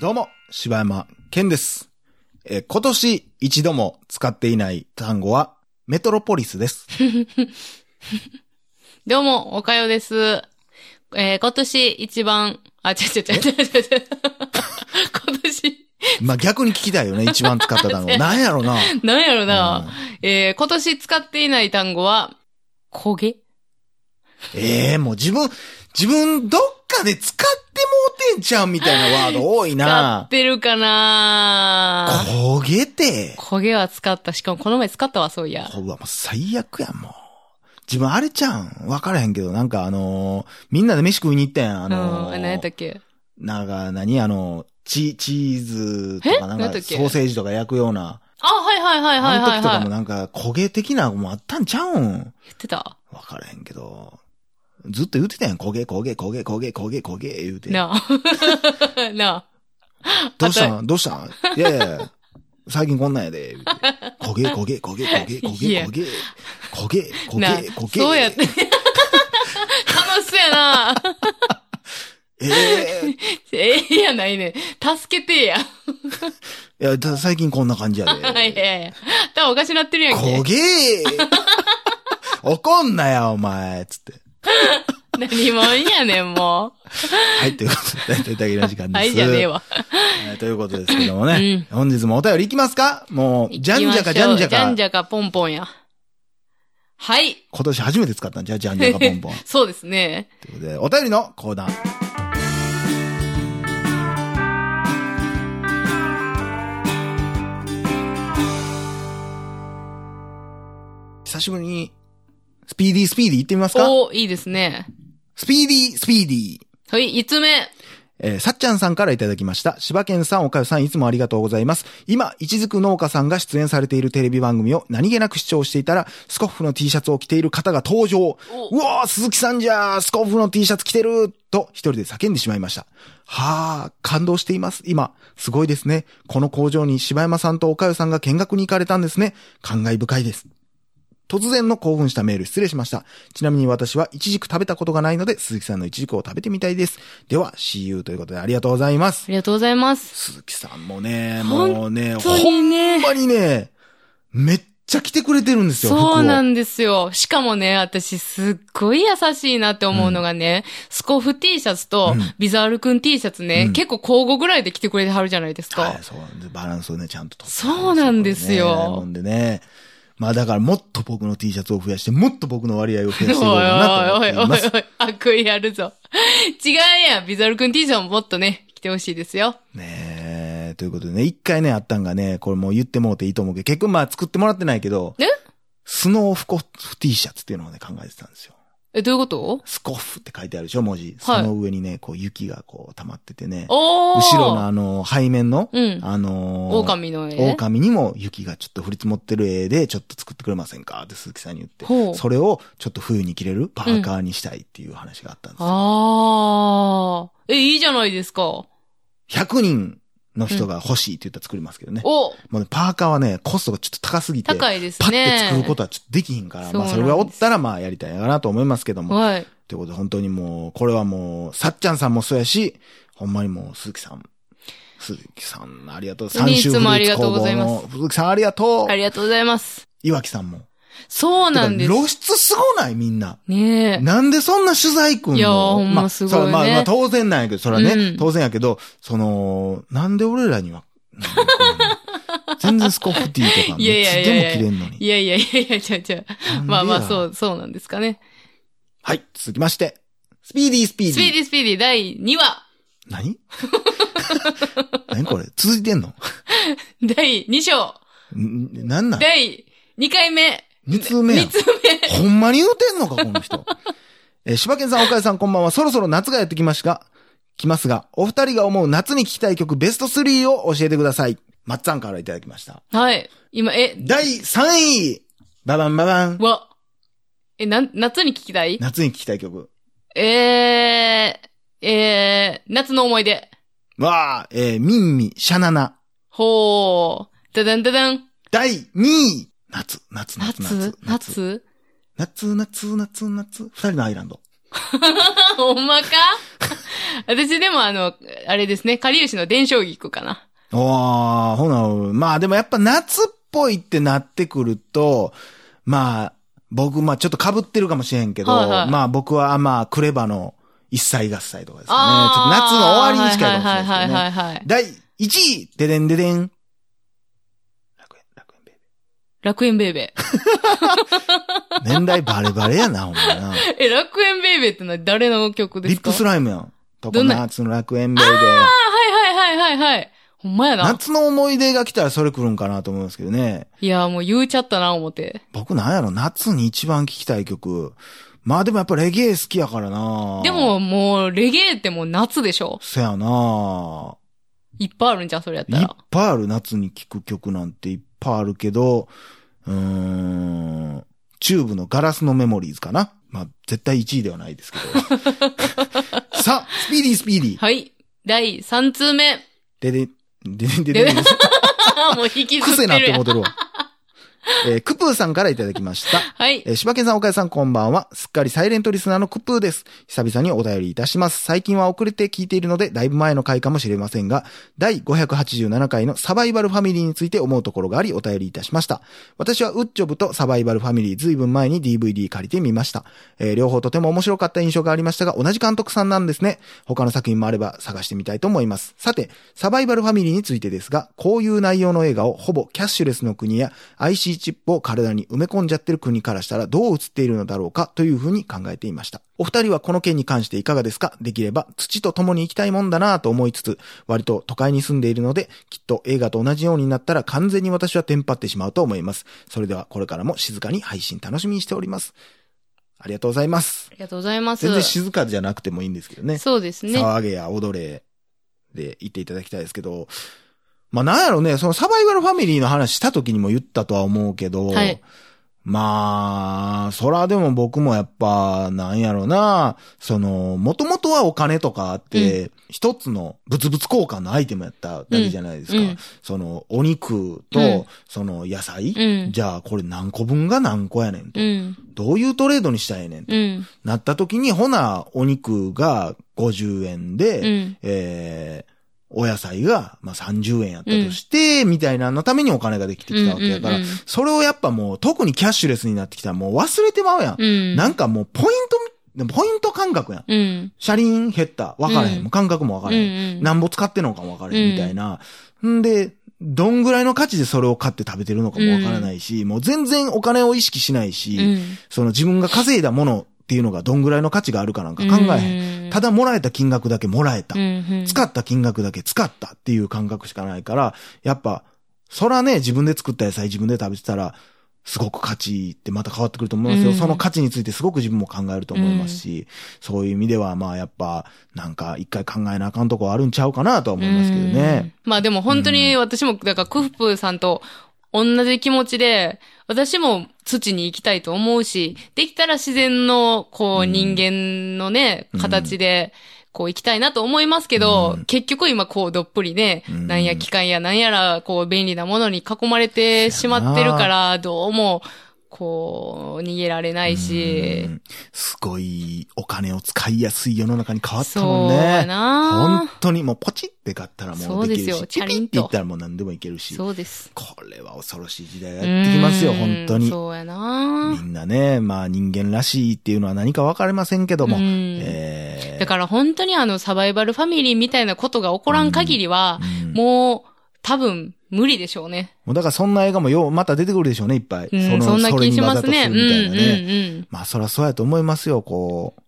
どうも、柴山健です。えー今年一度も使っていない単語は、メトロポリス です。どうも、おかよです。えー今年一番、あ、ちょちょちょちょちょ ちょ。今年、まあ、逆に聞きたいよね、一番使 った単語。なんやろな。なんやろな、うんえー今年使っていない単語は、焦げええもう自分、自分どっかで使ってもうてんちゃうみたいなワード多い使っな。てるかな焦げて。焦げは使った。しかもこの前使ったわ、そういや。うわ、もう最悪やん、もう。自分あれちゃうん分からへんけど、なんかあのーみんなで飯食いに行ったやん、あのうーん。何やったっけなんか、何あの、チ、チーズとえか、なん何やか、っソたっけーセージとか焼くような、あ、はいはいはいはいあのは時い、とかはい。も言なんか、焦げ的なもんあったんちゃうんってたわからへんけど、ずっと言ってたやん、焦げ、焦げ、焦げ、焦げ、焦げ、焦げ、言うて。 なあ。なあ。どうしたあんどうしたんいやいや、最近こんなんやで、言うて。焦げ、焦げ、焦げ、焦げ、焦 いげ、や焦げ、焦げ、となあ焦げ、焦げ。そうやって。 楽しそうやな。 ええええやないねん。助けてや。いや、だ最近こんな感じや で。いやいや。頭おかしなってるやん焦け。げ 怒んなよ、お前つって。何もんやねん、もはい、ということで、大体だけの時間 でう。す。はいじゃねえわ。はいということですけどもね。本日もお便りいきますかもう、じゃんじゃかじゃんじゃじゃかん。じゃかポンポンや。はい。今年初めて使ったんじゃ、じゃんじゃかポンポン。 そうですね。ということで、お便りのコーナー。久しぶりに、スピーディースピーディー行ってみますかおーいいですね。スピーディースピーディー。はい、5つ目。えーさっちゃんさんからいただきました。柴犬さん、おかゆさん、いつもありがとうございます。今、いちづく農家さんが出演されているテレビ番組を何気なく視聴していたら、スコッフの T シャツを着ている方が登場。おうわー、鈴木さんじゃー、スコッフの T シャツ着てると、一人で叫んでしまいました。はー、感動しています。今、すごいですね。この工場に柴山さんとおかゆさんが見学に行かれたんですね。感慨深いです。突然の興奮したメール失礼しました。ちなみに私はイチジク食べたことがないので、鈴木さんのイチジクを食べてみたいです。では、See you ということでありがとうございまあす。りがとうございます。鈴木さんもね、ほんもうね、本ほ当んにね。まにね、めっちゃ来てくれてるんですよ、服をそうなんですよ。しかもね、私すっごい優しいなって思うのがね、スコフ T シャツとうんビザールくん T シャツね、うん結構交互ぐらいで着てくれてはるじゃないですか。はい、そうなんです。バランスをね、ちゃんと取ってそうなんですよそこねなんでね。まあだからもっと僕の T シャツを増やして、もっと僕の割合を増やしていこうかなとお思いっおていおいいおまいす。おい、悪意あるぞ。違うやん、ビザルくん T シャツももっとね、着てほしいですよ。ねえ、ということでね、一回ね、あったんがね、これもう言ってもうていいと思うけど、結局まあ作ってもらってないけど、えスノーフコフ T シャツっていうのをね、考えてたんですよ。え、どういうことスコフって書いてあるでしょ、文字。はそいの上にね、こう雪がこう溜まっててね、おー後ろのあの、背面の、うんあのー狼の絵。狼にも雪がちょっと降り積もってる絵で、ちょっと作ってくれませんかって鈴木さんに言ってほ、うそれをちょっと冬に着れるパーカーにしたいっていう話があったんですよ。あー。え、いいじゃないですか。お100人の人が欲しいって言ったら作りますけどね。もうねパーカーはね、コストがちょっと高すぎて、高いですパッてね。作ることはちょっとできひんから、そうまなあんですそれがおったらまあやりたいかなと思いますけども。はい。ということで本当にもう、これはもう、さっちゃんさんもそうやし、ほんまにもう鈴木さん。鈴木さん、ありがとう。三い週つフルもあーりツがと工うござ房いますの鈴木さんありがとありがとうございます。う。岩木さんも。そうなんですてか露出すごないみんな。ねえ。なんでそんな取材くんのいやーほんますごいねまあ、そうまあ、まあ、当然なんやけど、それはね、うん当然やけど、その、なんで俺らには、 全然スコッフティーとか、いいやいやついやいでやも着れんのに。。いやいやいやいや、ちゃうちゃう。まあまあ、そうう、そうなんですかね。はい、続きまして。スピーディースピーディー。スピーディースピーディー第2話。何 何これ続いてんの第2章。んなんなん第2回目。二通目やん二通目。 ほんまに言うてんのか、この人。 えー柴犬さん、岡谷さん、こんばんは。そろそろ夏がやってきましたが、来ますが、お二人が思う夏に聴きたい曲ベスト3を教えてください。まっつぁんからいただきました。はい。今、え、第3位ババンババンわ。え、なん、夏に聞きたい夏に聴きたい曲。えー、えー、夏の思い出。わあ、えー、ミンミ、シャナナ。ほー。ダダンダダン。第2位夏、夏、夏、夏夏、夏、夏 夏、夏、夏、夏、二人のアイランド。ほんまか私でもあの、あれですね、かりゆしの伝承菊かな。おー、ほな、まあでもやっぱ夏っぽいってなってくると、まあ、僕、まあちょっと被ってるかもしれんけど、はいはいまあ僕は、まあ、クレバの一歳合歳とかですかね。ちょっとあ夏の終わりに近いかもしれないですはけいどね。はいはいはいはい。第1位ででんででん。楽園、楽園ベイ楽園ベイベベー。年代バレバレやな、ほんま な。ー。 え、楽園ベイベーってのは誰の曲でリすッかプスライムやん。とこどんな夏の楽園ベイベー。あ、はいはいはいはいはい。ほんまやな。夏の思い出が来たらそれ来るんかなと思うんですけどね。いや、もう言うちゃったな、思って。僕なんやろ、夏に一番聴きたい曲。まあでもやっぱレゲエ好きやからなで、ももう、レゲエってもう夏でしょそやないっぱいあるんじゃん、それやったいっら。ぱいある夏に聴く曲なんていっぱいあるけど、うーん、チューブのガラスのメモリーズかなまあ絶対1位ではないですけど。さあ、スピーディースピーディー。はい。第3通目。でで、でででで、 もう引きずっ癖てなっるてや思っ。んてるわ。えークプーさんからいただきました。はい。えー、柴犬さん、岡井さん、こんばんは。すっかりサイレントリスナーのクプーです。久々にお便りいたします。最近は遅れて聞いているので、だいぶ前の回かもしれませんが、第587回のサバイバルファミリーについて思うところがあり、お便りいたしました。私はウッジョブとサバイバルファミリー随分前に DVD 借りてみました。えー両方とても面白かった印象がありましたが、同じ監督さんなんですね。他の作品もあれば探してみたいと思います。さて、サバイバルファミリーについてですが、こういう内容の映画をほぼキャッシュレスの国や IC チップを体に埋め込んじゃってる国からしたらどう映っているのだろうかというふうに考えていました。お二人はこの件に関していかがですかできれば土と共に生きたいもんだなぁと思いつつ、割と都会に住んでいるので、きっと映画と同じようになったら完全に私はテンパってしまうと思います。それではこれからも静かに配信楽しみにしております。ありがとうございますあ。りがとうございます全。然静かじゃなくてもいいんですけどね。そうですね。騒げや踊れで言っていただきたいですけど、まあなんやろね、そのサバイバルファミリーの話した時にも言ったとは思うけど、はいまあ、そらでも僕もやっぱ、なんやろな、その、もともとはお金とかあって、一、つの物々交換のアイテムやっただけじゃないですか。うんうんその、お肉と、うんその野菜、うん。じゃあこれ何個分が何個やねんと。うん。どういうトレードにしたらええねんと。うん。なった時に、ほな、お肉が50円で、うん。えー、お野菜が、まあ、30円やったとして、みたいなのためにお金ができてきたわけだから、うんうんうんそれをやっぱもう、特にキャッシュレスになってきたらもう忘れてまうやん。うん。なんかもう、ポイントみ、ポイント感覚やん。うん。車輪減った、分からへん。うんもう感覚も分かうらへん。ん。なんぼ使ってんのかも分からへん、みたいな。んで、どんぐらいの価値でそれを買って食べてるのかも分からないし、もう全然お金を意識しないし、うん。その自分が稼いだものっていうのがどんぐらいの価値があるかなんか考えへん。うん。ただもらえた金額だけもらえたう。ん、使った金額だけ使ったっていう感覚しかないから、やっぱ、そらね、自分で作った野菜自分で食べてたら、すごく価値ってまた変わってくると思うんですよ。うんその価値についてすごく自分も考えると思いますし、そういう意味では、まあやっぱ、なんか一回考えなあかんとこあるんちゃうかなとは思いますけどね。うん。まあでも本当に私も、だからクフプーさんと同じ気持ちで、私も土に行きたいと思うし、できたら自然の、こうう、ん人間のねうん、形で、こう行きたいなと思いますけど、うん結局今こうどっぷりね、うんなんや機械やなんやら、こう便利なものに囲まれてしまってるから、どうも、こう、逃げられないし、うんすごいお金を使いやすい世の中に変わったもそんうやね。本な当にもうポチって買ったらもうできるそうですし、チよチャャリリンっンとて言ったらもう何でもいけるし。そうです。これは恐ろしい時代がやってきますよ、うん本当に。そうやなみんなね、まあ人間らしいっていうのは何か分かりませんけども。うんえだから本当にあのサバイバルファミリーみたいなことが起こらん限りはー、うんももう多分無理でしょうね。うだからそんな映画もようまた出てくるでしょうね、いっぱい。うん、そのんな気しますね。そうれん、にわざうとするみたいなね。ん、まあそらそうやと思いますよ、こう。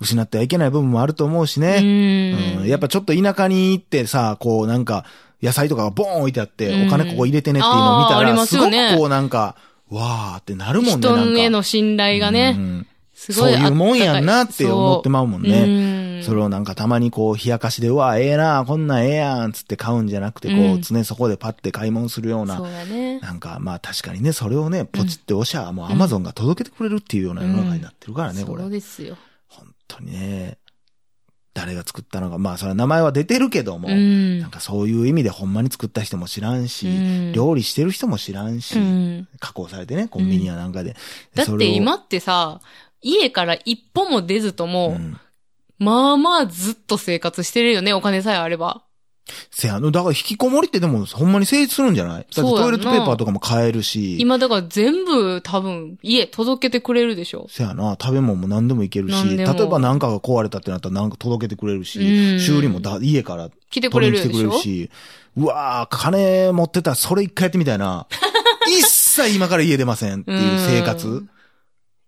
失ってはいけない部分もあると思うしうん。ね。う。うんんやっぱちょっと田舎に行ってさ、こうなんか、野菜とかがボーン置いてあって、うんお金ここ入れてねっていうのを見たあーあら、りますすごよねくこうなんか、わーってなるもんね。なん人かへの信頼がうね、んすごいあったかい。そういうもんやんなって思ってまうもんねねそれをなんかたまにこう、冷やかしで、うわ、ええな、こんなんええやん、つって買うんじゃなくて、こう、うん常にそこでパッて買い物するようなそ、うやね。なんかまあ確かにね、それをね、ポチっておしゃ、もうアマゾンが届けてくれるっていうような世の中になってるからね、これそ。うですよ。本当にね、誰が作ったのか、まあそれは名前は出てるけども、うんなん。かそういう意味でほんまに作った人も知らんし、うん料理してる人も知らんし、うん加工されてね、コンビニやなんかで。だそっれてを今ってさ、家から一歩も出ずとも、うんまあまあずっと生活してるよね、お金さえあれば。せやの、だから引きこもりってでも、ほんまに成立するんじゃないだってそうやんなトイレットペーパーとかも買えるし、今だから全部多分家届けてくれるでしょ。せやな、食べ物も何でもいけるし、何例えでもば何かが壊れたってなったら何か届けてくれるうし、ん修理もだ家から来てく取れりにる来てでくれしるょ。し、うわー、金持ってたらそれ一回やってみたい な。一切今から家出ませんっていう生活ん。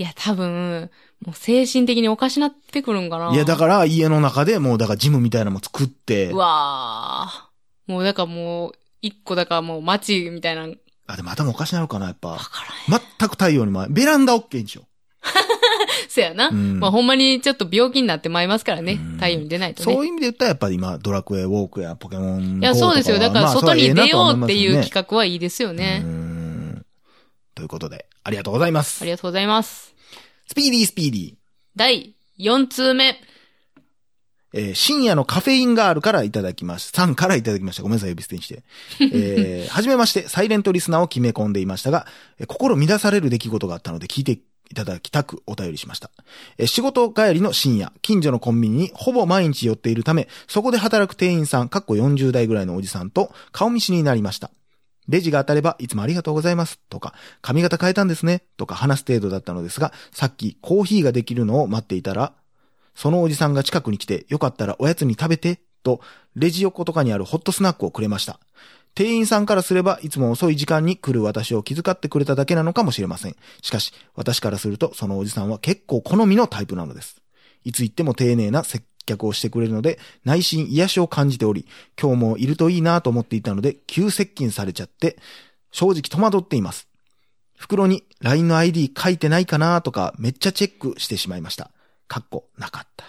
いや、多分、もう精神的におかしなってくるんかな。いや、だから家の中でもうだからジムみたいなのも作ってう、わあ。もうだからもう、一個だからもう街みたいな。わあ、でも頭おかしなるかな、やっぱ。からへん。全く太陽に前。ベランダ OK にしよせやな。う。うんまあほんまにちょっと病気になってまいりますからねうん。太陽に出ないとそうね。いう意味で言ったらやっぱり今、ドラクエウォークやポケモン GO といかは。や、そうですよ。だからまあ外に出ようっていそれはええなとはう思いますよね企画はいいですよね。うーんということで、ありがとうございまあすり。がとうございます。スピーディースピーディー。第4通目。えー深夜のカフェインガールからいただきました。さんからいただきました。ごめんなさい、呼び捨てにして。えーはじめまして、サイレントリスナーを決め込んでいましたが、えー心乱される出来事があったので聞いていただきたくお便りしました。えー仕事帰りの深夜、近所のコンビニにほぼ毎日寄っているため、そこで働く店員さん、かっこ40代ぐらいのおじさんと顔見知りになりました。レジが当たれば、いつもありがとうございます、とか、髪型変えたんですね、とか話す程度だったのですが、さっきコーヒーができるのを待っていたら、そのおじさんが近くに来て、よかったらおやつに食べて、と、レジ横とかにあるホットスナックをくれました。店員さんからすれば、いつも遅い時間に来る私を気遣ってくれただけなのかもしれません。しかし、私からすると、そのおじさんは結構好みのタイプなのです。いつ行っても丁寧な接客をしてくれるので、内心癒しを感じており、今日もいるといいなと思っていたので、急接近されちゃって、正直戸惑っています。袋に LINE の ID 書いてないかなとか、めっちゃチェックしてしまいました。かっこなかった。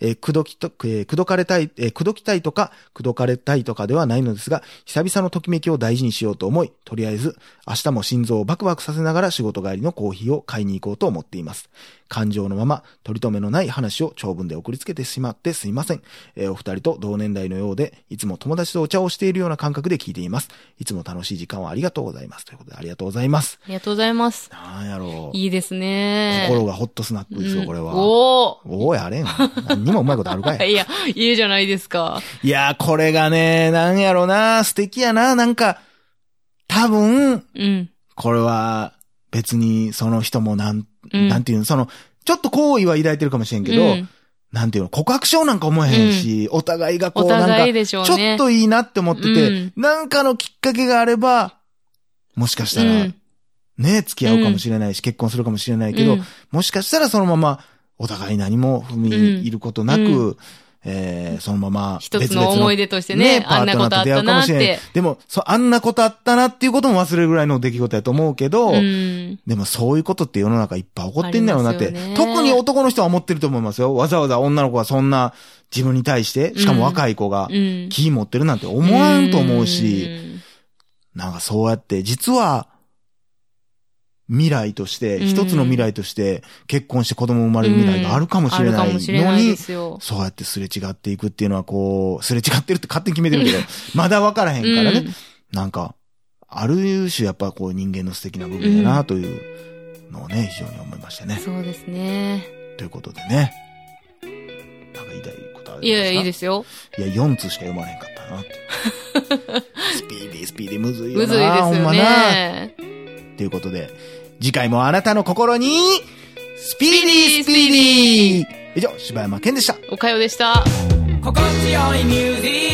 えー、くどきと、えーくどかれたい、えーくどきたいとか、くどかれたいとかではないのですが、久々のときめきを大事にしようと思い、とりあえず、明日も心臓をバクバクさせながら仕事帰りのコーヒーを買いに行こうと思っています。感情のまま、取り留めのない話を長文で送りつけてしまってすいません。えーお二人と同年代のようで、いつも友達とお茶をしているような感覚で聞いています。いつも楽しい時間をありがとうございます。ということで、ありがとうございます。ありがとうございます。なんやろう。いいですね。心がホットスナックですうよ、んこれは。おおーやあれん。何にもうまいことあるかーい。 いや、いいじゃないですか。いやー、これがね、なんやろな、素敵やな、なんか、多分、うん。これは、別にその人もなん、うんなんていうの、その、ちょっと好意は抱いてるかもしれんけど、うんなんていうの、告白しようなんか思えへんし、お互いがこおう、なんか互い、でしょうちょね。っといいなって思ってて、うんなんかのきっかけがあれば、もしかしたら、うんね、付き合うかもしれないし、結婚するかもしれないけど、うんもしかしたらそのまま、お互い何も踏み入ることなく、うんえーそのまま、一つの思い出としてね、ね、パーあんなトナこーとあとっ出会たうかもなっしれないて。。でも、そう、あんなことあったなっていうことも忘れるぐらいの出来事やと思うけど、うん。でもそういうことって世の中いっぱい起こってんだろうなって、ありますよね特に男の人は思ってると思いますよ。わざわざ女の子がそんな自分に対して、しかも若い子がうん。気持ってるなんて思わんと思うし、んなんかそうやって、実は、未来として、うん一つの未来として、結婚して子供生まれる未来があるかもしあれるなかいもしれなのいでに、すよ。そうやってすれ違っていくっていうのはこう、すれ違ってるって勝手に決めてるけど、まだ分からへんからね。なんか、ある種やっぱこう人間の素敵な部分だなというのをね、非常に思いましたうんね。そうですね。ということでね。なんか言いたいことあるいや、いいですすよ。かいや、4通しか読まれへんかった なって。スピーディースピーディーむずいよな。むずいですほんよまな。ね。ということで、次回もあなたの心に、スピーディースピーディー以上、柴山健でした。おかよでした。心地よいミュージック